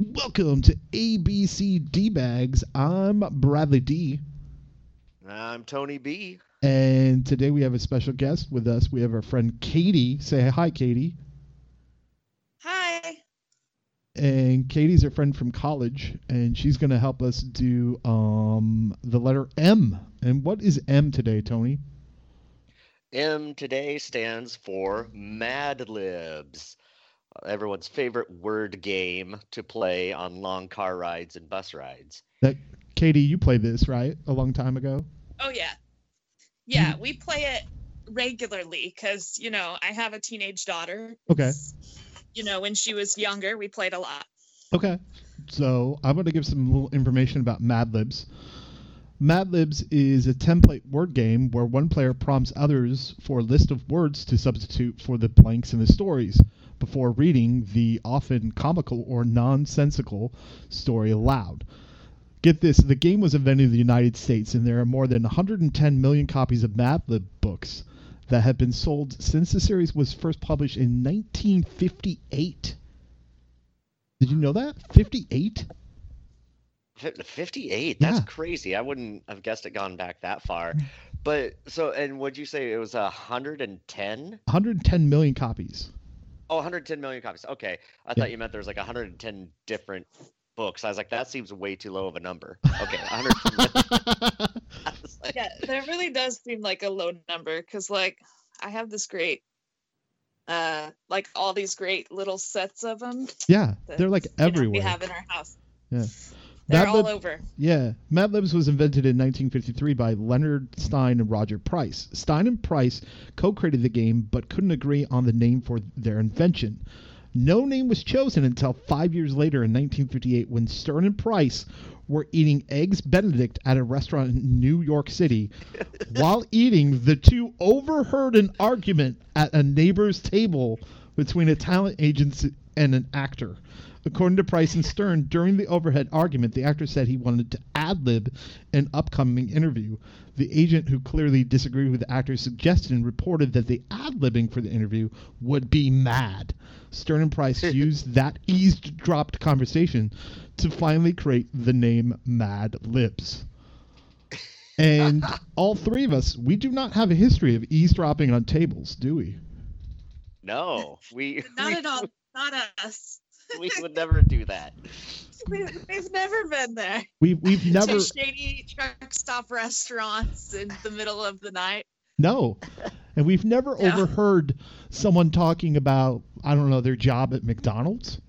Welcome to ABC D Bags. I'm Bradley D, I'm Tony B. and today we have a special guest with us. We have our friend Katie. Say hi, Katie. Hi. And Katie's a friend from college, and she's going to help us do um, the letter M. And what is M today, Tony? M today stands for Mad Libs, everyone's favorite word game to play on long car rides and bus rides. That Katie, you played this right a long time ago. Oh yeah. Yeah, we play it regularly cuz you know, I have a teenage daughter. Okay. You know, when she was younger, we played a lot. Okay. So I'm going to give some little information about Mad Libs. Mad Libs is a template word game where one player prompts others for a list of words to substitute for the blanks in the stories before reading the often comical or nonsensical story aloud. Get this the game was invented in the United States, and there are more than 110 million copies of Mad Lib books that have been sold since the series was first published in 1958. Did you know that? 58? Fif- 58, that's Yeah. crazy. I wouldn't have guessed it gone back that far. But so, and would you say it was 110? 110 million copies. Oh, 110 million copies. Okay. I thought you meant there was like 110 different books. I was like, that seems way too low of a number. Okay. 110. I was like, Yeah, that really does seem like a low number cuz like I have this great uh like all these great little sets of them. yeah, they're like we everywhere. have in our house. Yeah. They're That all lib- over. Yeah, Mad Libs was invented in 1953 by Leonard Stein and Roger Price. Stein and Price co-created the game, but couldn't agree on the name for their invention. No name was chosen until five years later in 1958, when Stern and Price were eating eggs Benedict at a restaurant in New York City. While eating, the two overheard an argument at a neighbor's table between a talent agency and an actor. According to Price and Stern, during the overhead argument, the actor said he wanted to ad lib an upcoming interview. The agent, who clearly disagreed with the actor's suggestion, reported that the ad libbing for the interview would be mad. Stern and Price used that eavesdropped conversation to finally create the name Mad Libs. And all three of us, we do not have a history of eavesdropping on tables, do we? no, we, Not we, at all. Not us. we would never do that. We, we've never been there. We've we've never To shady truck stop restaurants in the middle of the night. no, and we've never Yeah. overheard someone talking about I don't know their job at McDonald's.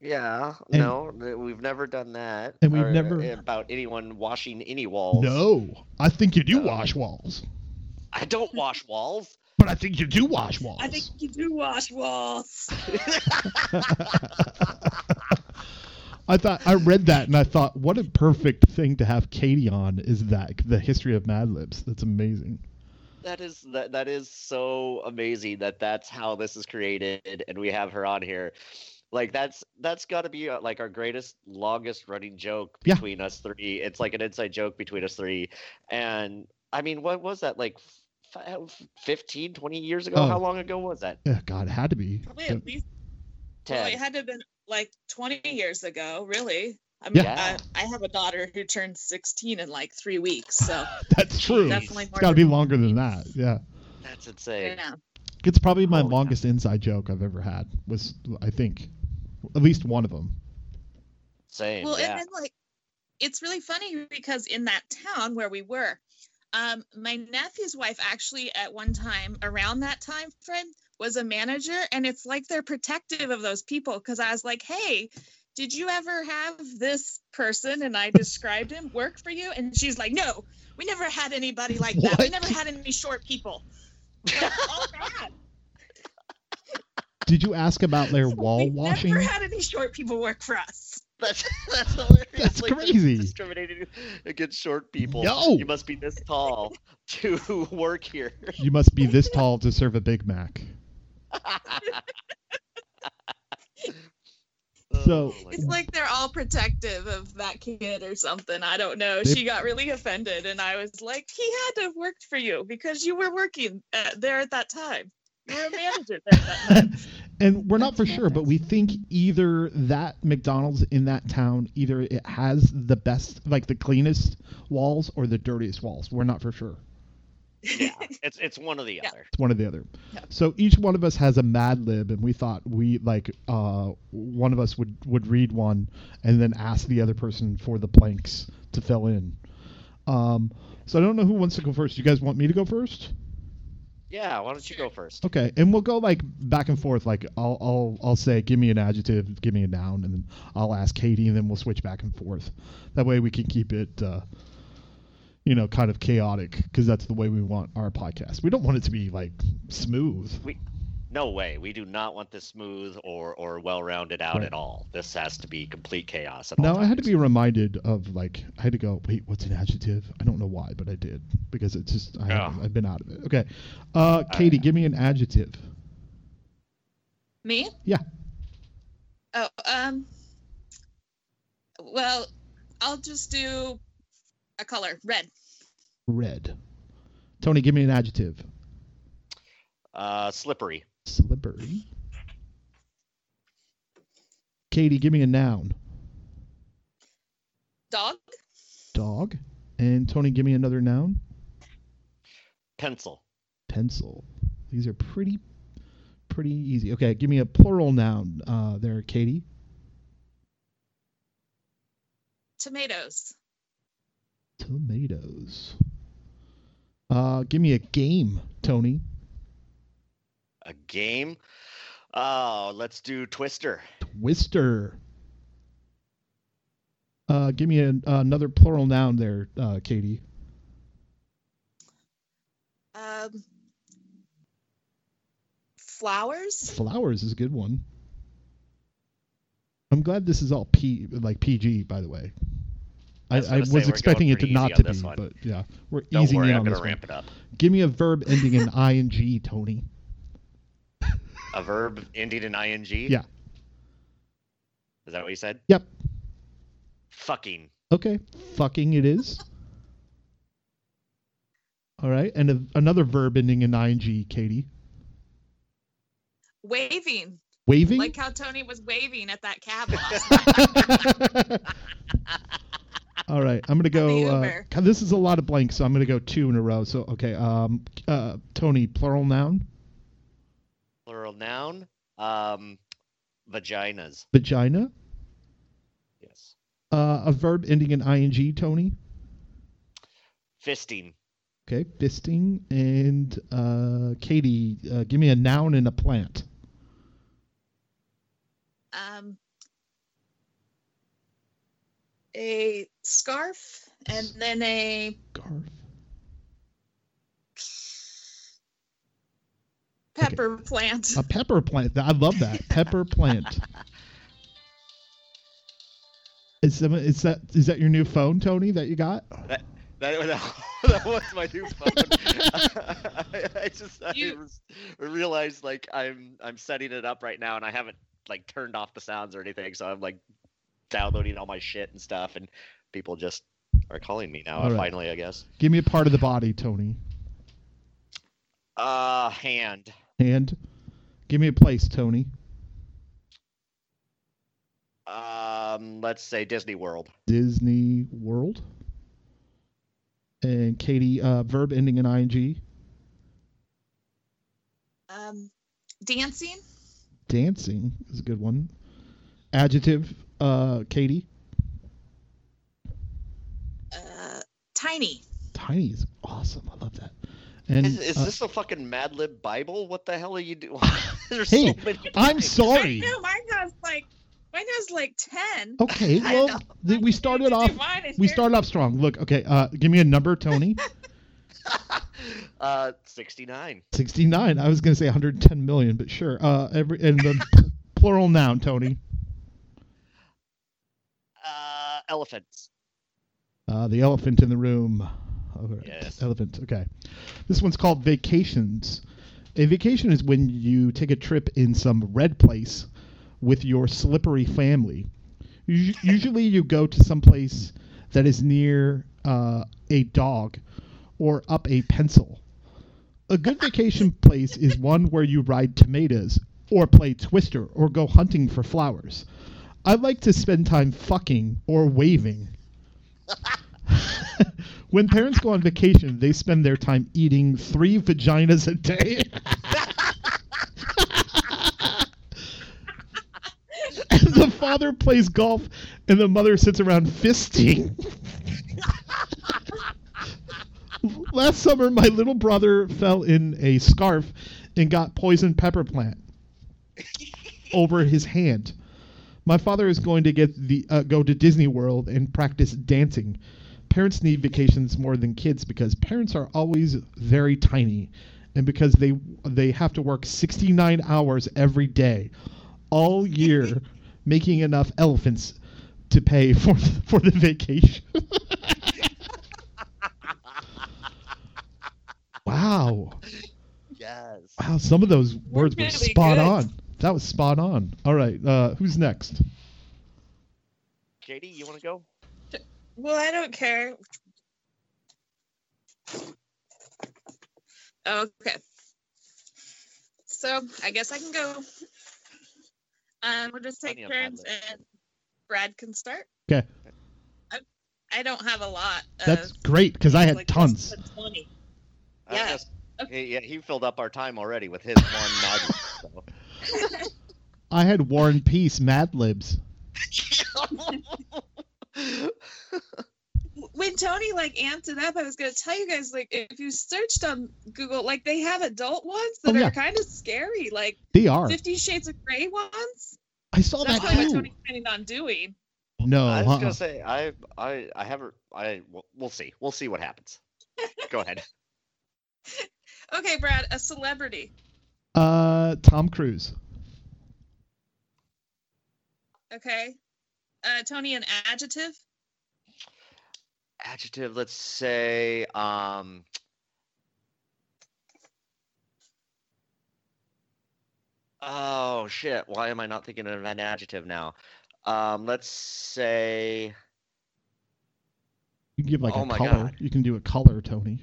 Yeah, And- no, th- we've never done that. And we've or eh, never- about anyone washing any walls. No, I think you do Uh, wash walls, I don't wash walls. but I think you do wash walls. I think you do wash walls. I thought I read that and I thought, what a perfect thing to have Katie on is that the history of Mad Libs. That's amazing. That is that that is so amazing that that's how this is created, and we have her on here. Like that's that's got to be uh, like our greatest, longest running joke Yeah. between us three. It's like an inside joke between us three, and I mean, what was that like? Five, 15 20 years ago Oh. how long ago was that Yeah, God, it had to be. Probably at least, well, 10 it had to have been like 20 years ago, really. I mean, Yeah. I, I have a daughter who turned 16 in like three weeks. So, That's true. Definitely it's got to be longer than that. Yeah. that's insane yeah. It's probably my Holy cow. longest inside joke I've ever had. Was I think at least one of them. same Well, yeah and then like, it's really funny because in that town where we were, um, my nephew's wife actually at one time around that time frame was a manager, and it's like they're protective of those people because I was like, hey. Did you ever have this person and I described him work for you? And she's like, No, we never had anybody like that. We What? never had any short people. Like, all that. Did you ask about their we wall washing? never had any short people work for us. That's that's hilarious. That's Like, they're crazy. Discriminating against short people. No. You must be this tall to work here. You must be this tall to serve a Big Mac. Oh So- Oh my It's like they're all protective of that kid or something. I don't know. They- She got really offended, and I was like, he had to have worked for you because you were working uh, at, there at that time. We were manager there that month. And we're not That's for sure, but we think either that McDonald's in that town, either it has the best, like the cleanest walls or the dirtiest walls. We're not for sure. Yeah, it's it's one or the Yeah. other. It's one or the other. Yeah. So each one of us has a Mad Lib, and we thought we like uh, one of us would would read one and then ask the other person for the blanks to fill in. Um, so I don't know who wants to go first. You guys want me to go first? Yeah, why don't you go first? Okay, and we'll go like back and forth. Like I'll I'll I'll say, give me an adjective, give me a noun, and then I'll ask Katie, and then we'll switch back and forth. That way we can keep it, uh, you know, kind of chaotic because that's the way we want our podcast. We don't want it to be like smooth. We, no way. We do not want this smooth or or well rounded out Right. at all. This has to be complete chaos. At all Now I had to times. be reminded of like I had to go. Wait, what's an adjective? I don't know why, but I did because it's just I Yeah. haven't- I've been out of it. Okay, uh, Katie, give me an adjective. Me? Yeah. Oh, um. Well, I'll just do a color red. Red. Tony, give me an adjective. uh, slippery. Slippery. Katie, give me a noun. Dog. Dog. And Tony, give me another noun. Pencil. Pencil. These are pretty, pretty easy. Okay, give me a plural noun. Uh, there, Katie. Tomatoes. Tomatoes. Uh, give me a game, Tony. A game. Oh, let's do Twister. Twister. Uh, give me an, another plural noun there, uh, Katie. Um. Flowers. Flowers is a good one. I'm glad this is all P like PG, by the way. I, I was I gonna was say, we're going expecting it to pretty not easy on to this be, one. but yeah, we're Don't easing worry, it I'm on gonna this ramp one. it up. Give me a verb ending in ing, Tony. A verb ending in ing. Yeah. Is that what you said? Yep. Fucking. Okay. Fucking it is. All right, and a, another verb ending in ing, Katie. Waving. Waving. Like how Tony was waving at that cab. last night. All right, I'm gonna go. the Uh, Uber. God, this is a lot of blanks, so I'm gonna go two in a row. So okay, um, uh, Tony, plural noun, Plural noun. Um, vaginas. vagina, Yes. uh, a verb ending in ing, Tony. Fisting. Okay, fisting, and uh, Katie, uh, give me a noun and a plant. um. A scarf and then a Garf. pepper plant. A pepper plant. I love that pepper plant. Is, that- is that is that your new phone, Tony? That you got? That, that, that was my new phone. I, I just I You- was, realized like I'm I'm setting it up right now and I haven't like turned off the sounds or anything, so I'm like downloading all my shit and stuff, and people just are calling me now. All right. Finally, I guess. Give me a part of the body, Tony. Uh, hand. And give me a place, Tony. Um, let's say Disney World. Disney World. And Katie, uh, verb ending in ing. Um, dancing. Dancing is a good one. Adjective, uh, Katie. Uh, tiny. Tiny is awesome. I love that. And Is, is uh, this a fucking Mad Lib Bible? What the hell are you doing? There's Hey, so many. I'm things. sorry. I know mine has like mine has like ten. Okay, I well, know. th- we Oh, started off. We started off strong. Look, okay, uh, give me a number, Tony. Uh, sixty-nine. 69. I was going to say 110 million, but sure. Uh, every and the p- plural noun, Tony. Uh, elephants. Uh, the elephant in the room. All right, Yes. Elephant. Okay. This one's called vacations. A vacation is when you take a trip in some red place with your slippery family. Usu- Usually, you go to some place that is near uh, a dog or up a pencil. A good vacation place is one where you ride tomatoes, or play Twister, or go hunting for flowers. I like to spend time fucking or waving. when parents go on vacation, they spend their time eating three vaginas a day. And the father plays golf, and the mother sits around fisting. Last summer, my little brother fell in a scarf and got poison pepper plant over his hand. My father is going to get the uh, go to Disney World and practice dancing. Parents need vacations more than kids because parents are always very tiny, and because they they have to work 69 hours every day, all year, making enough elephants to pay for for the vacation. wow. Yes. Wow, some of those words were really spot good. on. That was spot on. All right, uh, who's next? Katie, you want to go? Well, I don't care. Okay. So I guess I can go. Um, we'll just take Plenty of turns, ad-libs. and Brad can start. 'Kay. I, I don't have a lot. Of, That's great because I had uh, like, less tons. than 20. I Yeah. guess- Okay. he- yeah, he filled up our time already with his one magic. So. I had War and Peace, Mad Libs. when Tony like amped it up, I was gonna tell you guys like if you searched on Google, like they have adult ones that Oh, yeah. are kind of scary, like They are. Fifty Shades of Grey ones. I saw That's that probably what too. Tony's planning on doing. No, I was uh-uh. gonna say I I I haven't I we'll, we'll see we'll see what happens. Go ahead. Okay, Brad, a celebrity. uh, Tom Cruise. Okay, uh, Tony, an adjective. Adjective. Let's say um. Oh shit! Why am I not thinking of an adjective now? Um, let's say You can give like Oh a my color. God. You can do a color, Tony.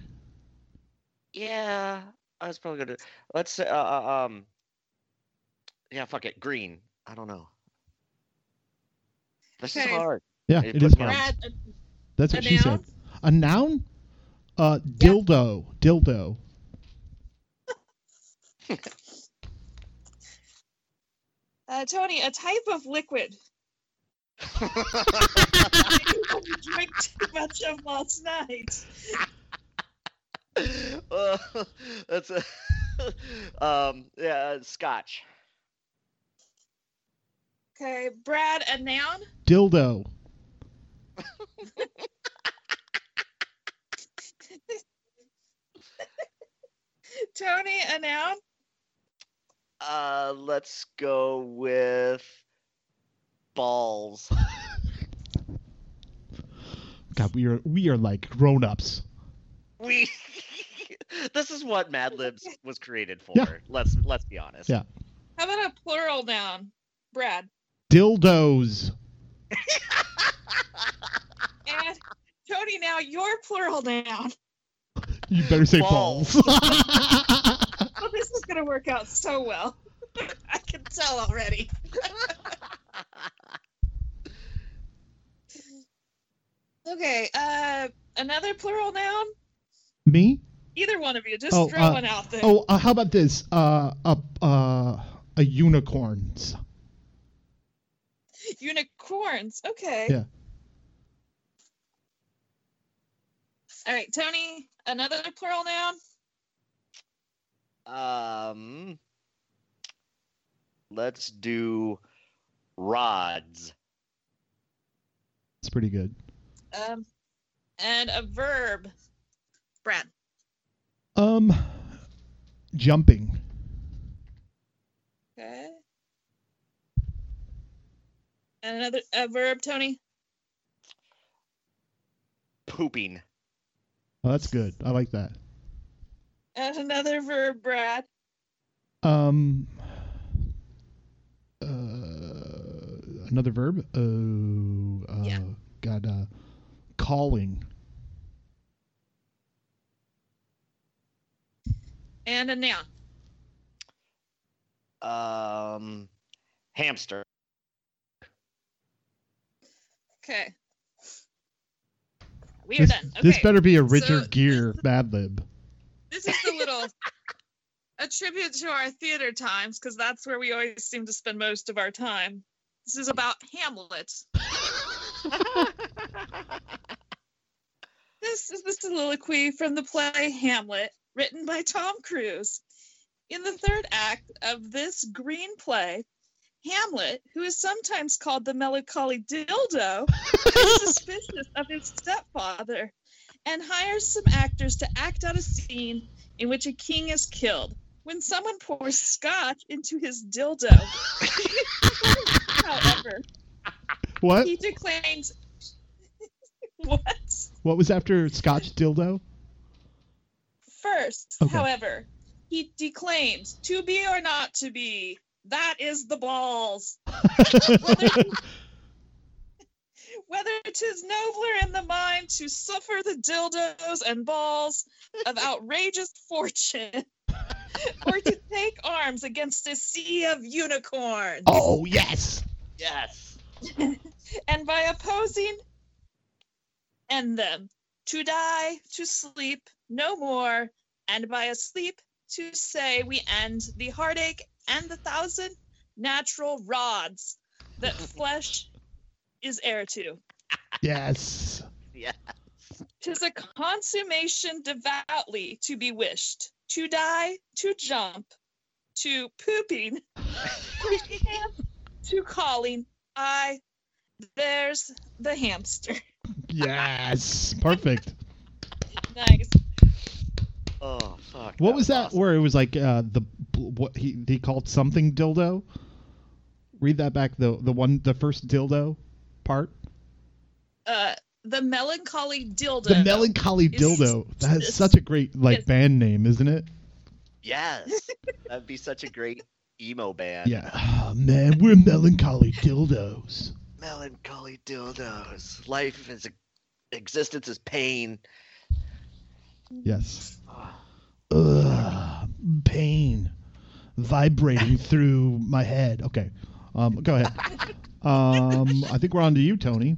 yeah. I was probably gonna. Let's say uh, uh, um. Yeah, fuck it. Green. I don't know. This is Okay. hard. Yeah, You it put is me on hard. Brad, a, That's a what she noun. said. A noun? Uh, Yeah. dildo. Dildo. Uh, Tony, a type of liquid. you drank too much of last night. Uh, that's a um yeah uh, scotch Okay, Brad, a noun. Dildo. Tony, a noun. uh let's go with balls God, we are we are like grown ups. we this is what mad libs was created for Yeah. let's let's be honest Yeah. How about a plural noun, Brad? Dildos. And Tony, now your plural noun. You better say Balls. balls. Well, Oh, this is gonna work out so well. I can tell already. Okay, uh, another plural noun. Me? Either one of you, just Oh, throw uh, one out there. Oh, uh, how about this? Uh, a uh, a unicorns. Unicorns. Okay. Yeah. All right, Tony. Another plural noun. um let's do rods It's pretty good. Um, and a verb. Brad. Um, jumping. Okay. And another a verb, Tony. pooping Oh, that's good. I like that. And another verb, Brad. Um, uh, another verb. Oh, uh, Yeah. God, uh, calling. And a noun. Um, hamster. Okay. We are This, done. Okay. this better be a Richard So- Gere Mad Lib. this is the little a tribute to our theater times because that's where we always seem to spend most of our time this is about hamlet this is the soliloquy from the play hamlet written by tom cruise in the third act of this green play hamlet who is sometimes called the melancholy dildo is suspicious of his stepfather and hires some actors to act out a scene in which a king is killed when someone pours scotch into his dildo. However, What? he declaims, What? What was after Scotch Dildo? First, Okay. however, he declaims, To be or not to be, that is the balls. Whether- whether 'tis nobler in the mind to suffer the dildos and balls of outrageous fortune or to take arms against a sea of unicorns oh yes. Yes. and by opposing and them to die to sleep no more and by asleep to say we end the heartache and the thousand natural rods that flesh is heir to Yes. Tis a consummation devoutly to be wished, to die, to jump, to pooping, to calling. I, there's the hamster. Yes. Perfect. Nice. Oh fuck. What was that awesome. where it was like uh the what he he called something dildo? Read that back the the one the first dildo part. Uh, the melancholy dildo. The melancholy It's- dildo. That's it's- such a great like it's- band name, isn't it? Yes. That'd be such a great emo band. Yeah. Ah, man, we're melancholy dildos. Melancholy dildos. Life is e-, existence is pain. Yes. Oh, Ugh, pain vibrating through my head. Okay. Um, go ahead. Um, I think we're on to you, Tony.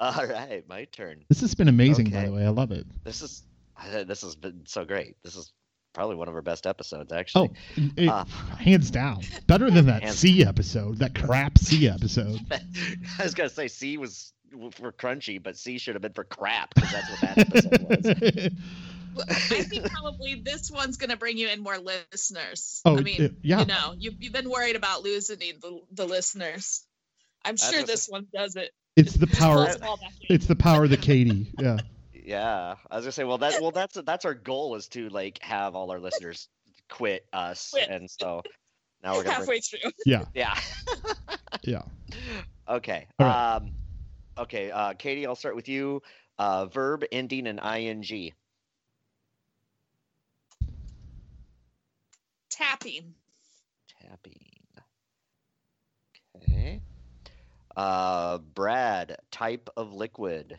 all right, my turn. This has been amazing, by Okay. the way. I love it. This is I- this has been so great. This is probably one of our best episodes, Oh, actually. it- Uh, hands down. Better than that Hands- C episode, that crap C episode. Oh. I was gonna say C was w- for crunchy, but C should have been for crap because that's what that episode was. I think probably this one's going to bring you in more listeners. oh, I mean, it- yeah. you know, you've, you've been worried about losing the, the listeners. I'm That's sure what the- this one does it. it's the Just power. pulls them all back in. It's the power of the Katie. Yeah. Yeah, I was gonna say, well, that well, that's that's our goal is to like have all our listeners quit us, Quit. and so now we're gonna bring- halfway through. yeah. Yeah. Okay. All right. Um, okay, uh, Katie, I'll start with you. Uh, verb ending in ing. Tapping. Tapping. Okay. Uh, Brad, type of liquid.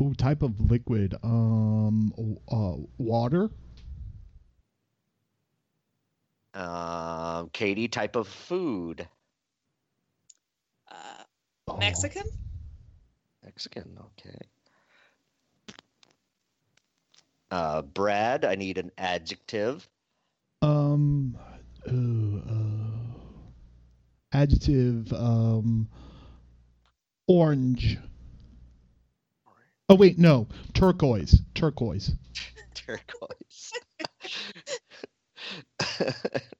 Ooh, type of liquid. Um, w- uh, water. Um, Katie, type of food. Uh, Oh, Mexican? Mexican. Okay. Uh, Brad, I need an adjective. Um, ooh, uh, adjective. Um, orange. Oh wait, no, turquoise. Turquoise. turquoise.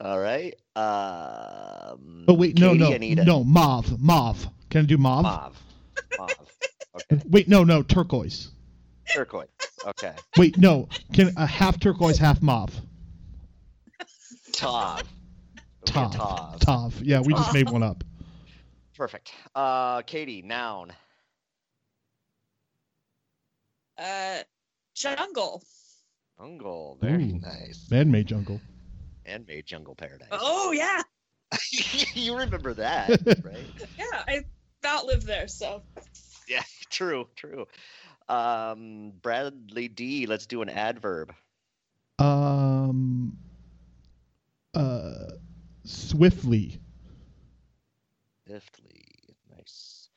All right. Um, Oh wait, no, Katie, no, I need a no, mauve, mauve. Can I do mauve? mauve. Mauve. Okay. Wait, no, no, turquoise. Turquoise. Okay. Wait, no, can a half turquoise, half mauve? Tav. Okay, Tav, Tav. Tav. Yeah, we just made one up. Perfect. Uh, Katie, noun. Uh, jungle. Jungle. Very Ooh. nice. Man-made jungle. Handmade jungle paradise. Oh yeah, you remember that, right? yeah. I about live there, so Yeah. True. True. Um, Bradley D. Let's do an adverb. Um, uh, swiftly. Swiftly. Nice.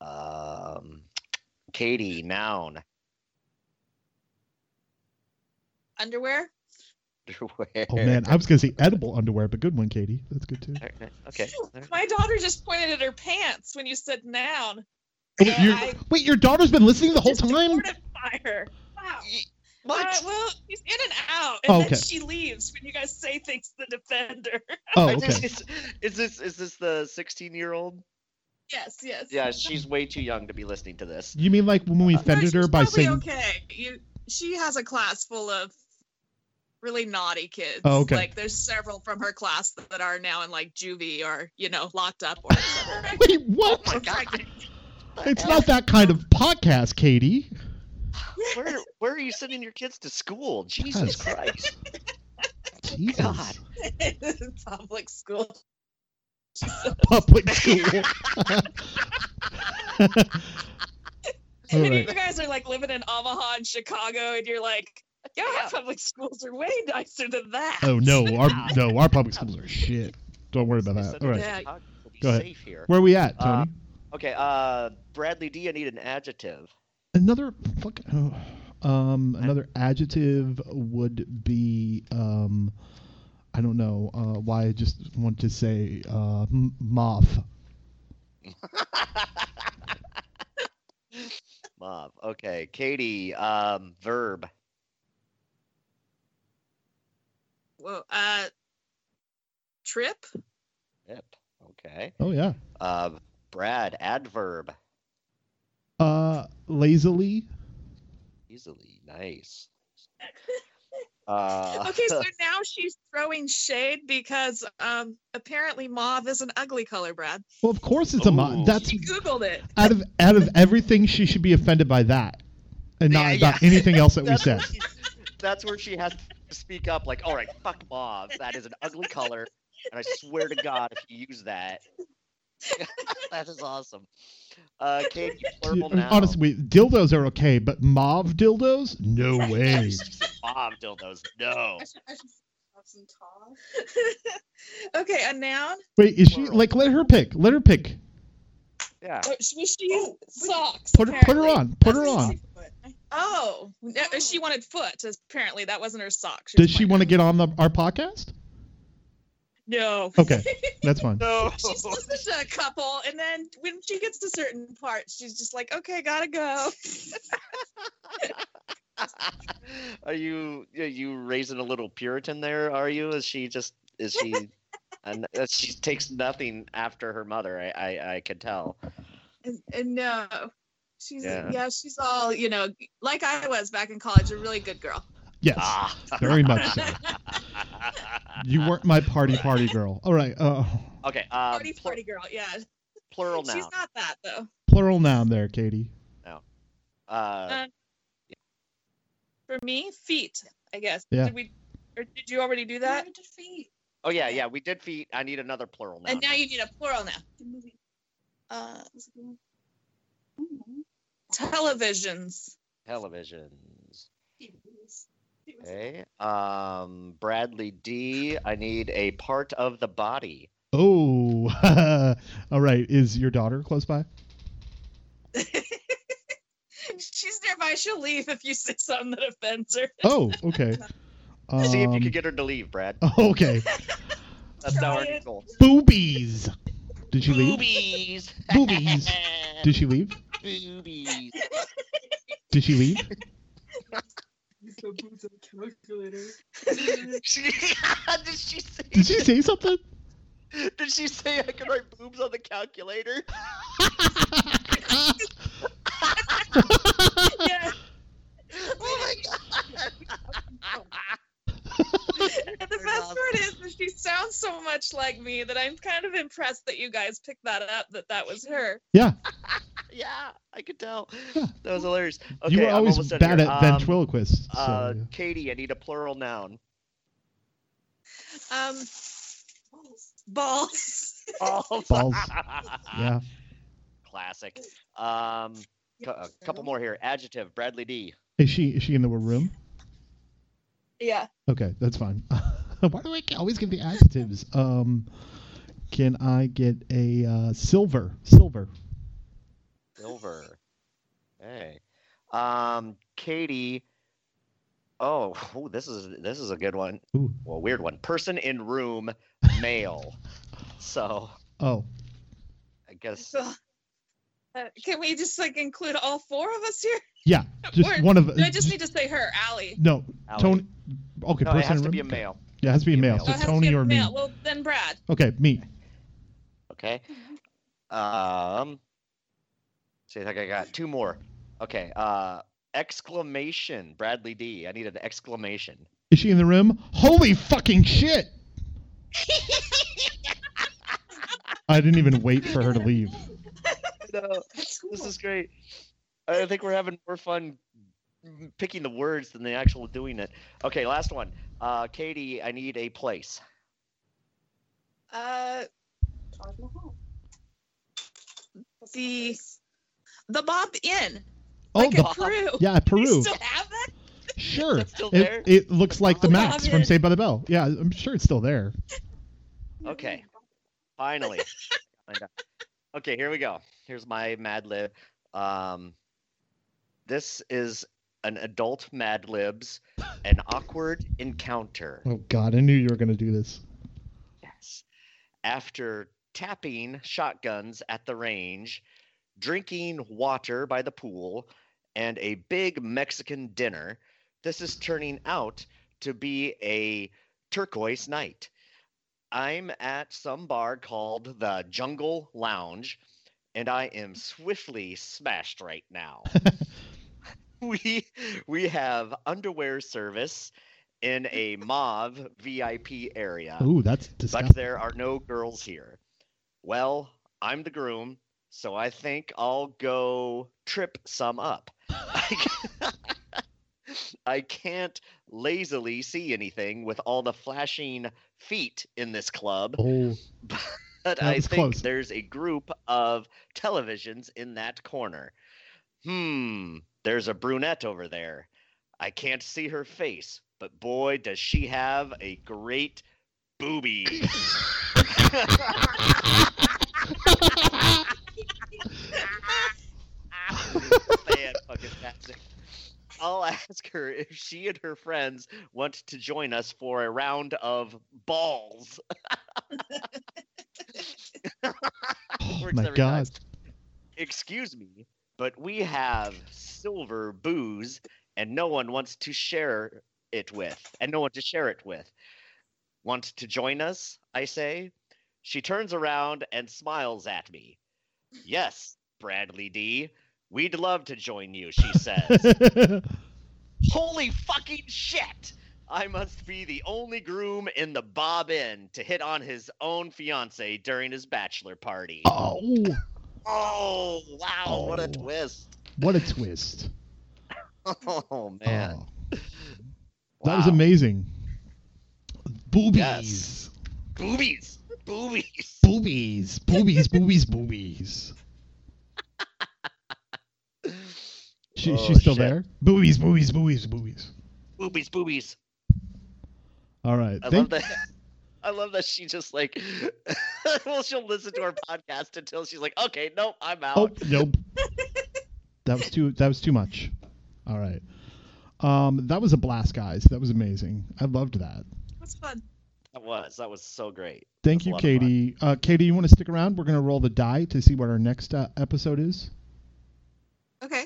Um, Katie, noun. Underwear? Underwear. Oh man, I was gonna say edible underwear, but good one, Katie. That's good too. All right, Okay. all right. My daughter just pointed at her pants when you said noun. Wait, Yeah, your- I- wait, your daughter's been listening the whole Just to time. mortify her. Wow. Ye- Uh, What? well, she's in and out, and Oh, Okay. then she leaves when you guys say things to the defender. Oh, Is this- okay. Is, is this is this the 16 year old? yes, yes. Yeah, she's way too young to be listening to this. You mean like when we No, offended she's her by probably saying? okay. You, she has a class full of really naughty kids. Oh, okay. Like there's several from her class that are now in like juvie or you know locked up or whatever. Wait, what? Oh my god. the It's hell? not that kind of podcast, Katie. Where where are you sending your kids to school? Jesus Yes. Christ. Jesus. God. public school. Public school. All And right. you guys are like living in Omaha and Chicago, and you're like, yeah, our public schools are way nicer than that. Oh no, our no, our public schools are shit. Don't worry about Send that. them All right. to Yeah. Chicago. We'll be Go ahead. safe here. Where are we at, Tony? Uh, Okay, uh Bradley D, I need an adjective. another fuck, oh, um another adjective would be um I don't know uh, why I just want to say uh, m- moth. Mom. Okay. Katie, um, verb. Well, uh, trip. Yep. Okay. Oh yeah. Um, Brad, adverb. Uh, lazily. Easily. Nice. Uh, Okay, so now she's throwing shade because um, apparently mauve is an ugly color, Brad. Well, of course it's a Ooh. moth. That's She googled it. out of out of everything she should be offended by that, and not Yeah, about yeah. anything else that we that's, said. where she- that's where she has to speak up. Like, all right, fuck mauve. That is an ugly color, and I swear to God, if you use that, that is awesome. Uh, Katie, Yeah, verbal noun. Honestly, dildos are okay, but mauve dildos? No way. She said mauve dildos. Oh. No. okay, a noun. Wait, is she Plural. like? Let her pick. Let her pick. Yeah. Oh, she she used socks. Put her, put her apparently. on. Put her on. Oh, no, she wanted foot. Apparently, that wasn't her sock. Does she want to get on the, our podcast? No. Okay, that's fine. No. She's listened to a couple, and then when she gets to certain parts, she's just like, "Okay, gotta go." are you are you raising a little Puritan there? Are you? Is she just is she? and uh, she takes nothing after her mother. I I, I could tell. and, and no she's Yeah. yeah. she's all you know like i was back in college a really good girl Yes, Ah. very much so. You weren't my party party girl. All right, uh, Okay. Um, party plu- party girl yeah plural she's noun. not that though plural noun there, Katie. uh, uh, for me feet i guess Yeah. did we or did you already do that oh yeah, yeah. We did feet. I need another plural noun. and now you need a plural now uh, televisions Televisions. Okay. Um, Bradley D. I need a part of the body. Oh, all right. Is your daughter close by? she's nearby she'll leave if you say something that offends her Oh, okay. See if you Um, uh, can get her to leave, Brad. Okay, That's try our it. goal. boobies. Did she leave? Boobies. Boobies. Did she leave? Boobies. Did she leave? She- did she say? Did she say something? Did she say I could write boobs on the calculator? yeah Oh my god. And the best part is that she sounds so much like me that I'm kind of impressed that you guys picked that up that that was her. Yeah, yeah, I could tell. Yeah. That was hilarious. Okay, you were I'm always almost done bad here. at Um, ventriloquists. So, Uh, yeah. Katie, I need a plural noun. Um, balls. Oh, Balls. ah. yeah. Classic. Um, cou- a couple more here. Adjective. Bradley D. Is she is she in the room? Yeah. Okay, that's fine. Why do I always give the adjectives? Um, can I get a uh, silver? Silver. Silver. Hey. Um, Katie. Oh, ooh, this is this is a good one. Ooh. Well, weird one. Person in room, male. so Oh, I guess Uh, can we just like include all four of us here? yeah. Just Or one of. Do I just need to say her, Allie? No, Allie. Tony. Okay, No, person it has in to be a room? male. Yeah, it has to be a be a male. So male. oh, it has to Tony be a or male. me. Well, then Brad. Okay, me. Okay. Um. See, I think I got two more. Okay. Uh, exclamation, Bradley D. I need an exclamation. Is she in the room? Holy fucking shit! I didn't even wait for her to leave. No, That's cool. this is great. I think we're having more fun picking the words than the actual doing it. Okay, last one. Uh, Katie, I need a place. uh, the the Bob Inn. Oh, like the, in Peru. yeah, You Peru. still have that? Sure. It's still there? It, it looks like the Oh, Max love from it. Saved by the Bell. Yeah, I'm sure it's still there. Okay. Finally. I got- okay, here we go. Here's my Mad Lib. Um, this is an adult Mad Libs, an awkward encounter. Oh God, I knew you were gonna do this. Yes. After tapping shotguns at the range, drinking water by the pool, and a big Mexican dinner, this is turning out to be a turquoise night. I'm at some bar called the Jungle Lounge, and I am swiftly smashed right now. we we have underwear service in a mauve VIP area Ooh, that's but disgusting. there are no girls here. Well, I'm the groom, so I think I'll go trip some up. I- I can't lazily see anything with all the flashing feet in this club, Oh, but that I was think close. there's a group of televisions in that corner. Hmm, there's a brunette over there. I can't see her face, but boy, does she have a great boobie. Fantastic. I'll ask her if she and her friends want to join us for a round of balls. oh Works my every time. God. Excuse me, but we have silver booze and no one wants to share it with, and no one to share it with. Want to join us? I say. She turns around and smiles at me. Yes, Bradley D. We'd love to join you, she says. Holy fucking shit! I must be the only groom in the Bob Inn to hit on his own fiance during his bachelor party. oh, Oh, wow, what a Oh. twist. what a twist! Oh, man. Oh, that was Wow. amazing. Boobies, Yes. Oh. Boobies. Boobies. boobies, boobies, boobies, boobies. She, Oh, she's still shit. there. Boobies, boobies, boobies, boobies. Boobies, boobies. All right. I thank- love that. I love that she just like, well, she'll listen to our podcast until she's like, okay, nope, I'm out. Oh nope. that was too. That was too much. All right. Um, that was a blast, guys. That was amazing. I loved that. That's fun. That was. That was so great. Thank That's a you, lot of fun. Katie. Uh, Katie, you want to stick around? We're gonna roll the die to see what our next uh, episode is. Okay.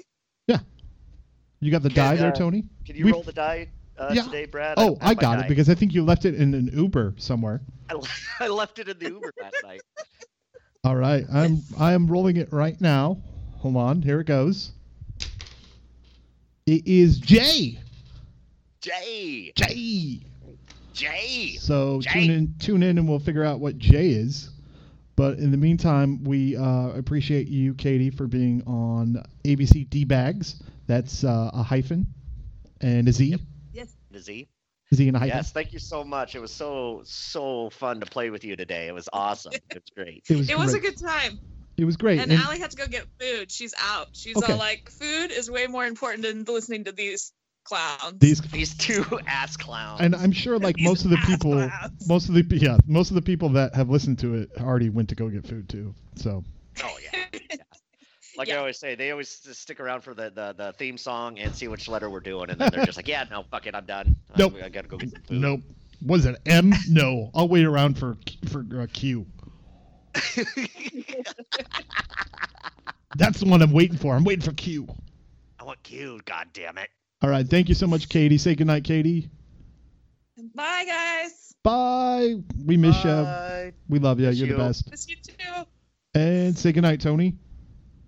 You got the Okay, die there, uh, Tony? Can you We've- roll the die uh, Yeah. today, Brad? Oh, don't I have my got die. it because I think you left it in an Uber somewhere. I, le- I left it in the Uber last night. All right, I'm I am rolling it right now. Hold on, here it goes. It is J. Jay, J. Jay. So Jay. tune in, tune in, and we'll figure out what J is. But in the meantime, we uh, appreciate you, Katie, for being on ABC D Bags. That's uh, a hyphen and a Z. Is he? Z and a hyphen. Yes. Thank you so much. It was so so fun to play with you today. It was awesome. It was great. It was It was a great. good time. it was great. And And- Allie had to go get food. She's out. She's Okay. all like, food is way more important than listening to these clowns. These These two ass clowns. and I'm sure like These most of the ass people clowns. most of the yeah, most of the people that have listened to it already went to go get food too. So oh yeah. Like I Yeah. always say, they always just stick around for the, the, the theme song and see which letter we're doing, and then they're just like, yeah, no, fuck it, I'm done. I- Nope. I, gotta go get some food. nope. Was it M? No. I'll wait around for for uh, Q. That's the one I'm waiting for. I'm waiting for Q. I want Q. God damn it. All right. Thank you so much, Katie. Say goodnight, Katie. Bye, guys. Bye. We miss you. Bye. We love you. Miss You're you. the best. Miss you too. And say goodnight, Tony.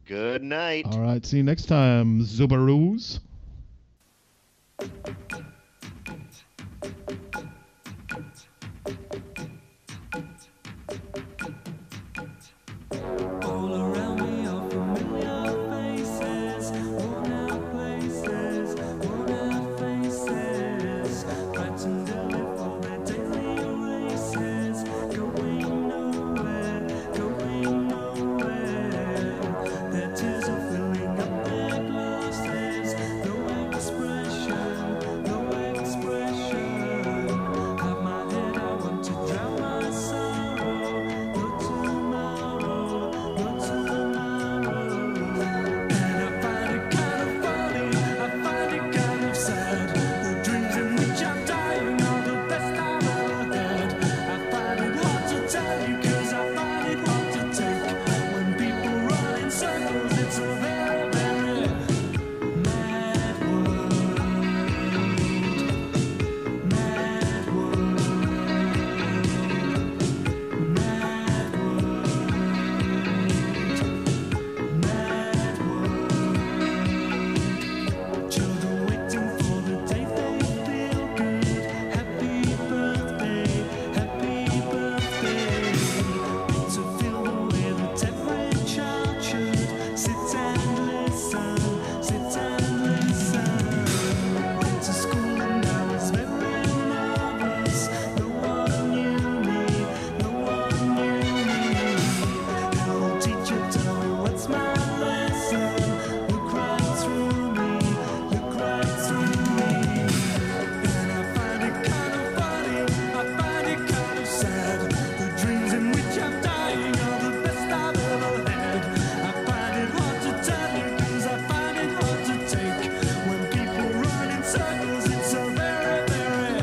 Good night. All right. See you next time, Zubaroos. All around me are familiar faces, worn-out places, worn-out faces. Frightened to live for their daily races, going nowhere, going nowhere. Their tears are filling up their glasses. No expression, no expression. Have my head, I want to drown my sorrow. No tomorrow, no tomorrow. And I find it kind of funny, I find it kind of sad. The dreams in which I'm dying are the best I've ever had. I find it hard to tell you, 'cause I find it hard to take. When people run in circles, it's a very, very mad world. Mad world. Mad world. Mad world. Children waiting for the day they feel good. Happy birthday, happy birthday. To feel the way the temperature should. Sit and listen, sit and listen. Went to school and I was very nervous. No one knew me, no one knew me. Hello, teacher, tell me what's my lesson? Look right through me, look right through me. And I find it kind of funny, I find it kind of sad. The dreams in which I'm dying are the best I've ever had. I find it hard to tell you 'cause I find it hard to take when people run in circles. It's a very, very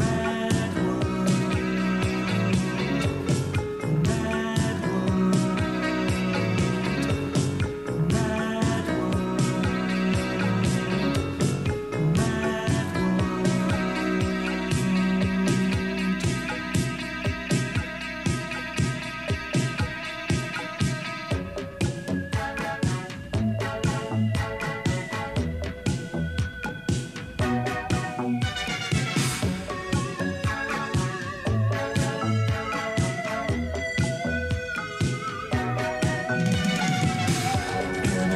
mad world. Mad world. Mad world. Mad world. And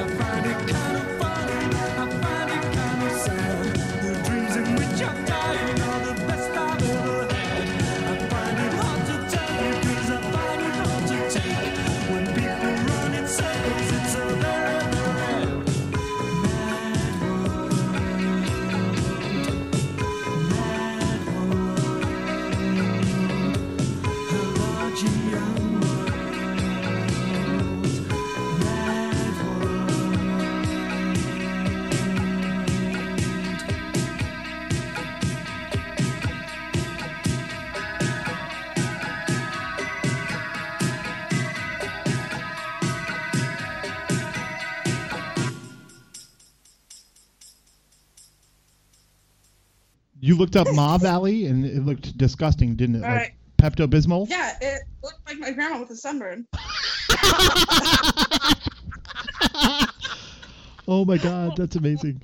I find it kind of funny, I find it kind of sad. The dreams in which I'm dying are the best I've ever had. I find it hard to tell you 'cause I find it hard to take. When people run in circles, it's a very, very mad world. You looked up Mob Alley and it looked disgusting, didn't it? All right. Like Pepto Bismol. Yeah, it looked like my grandma with a sunburn. oh my god, that's amazing.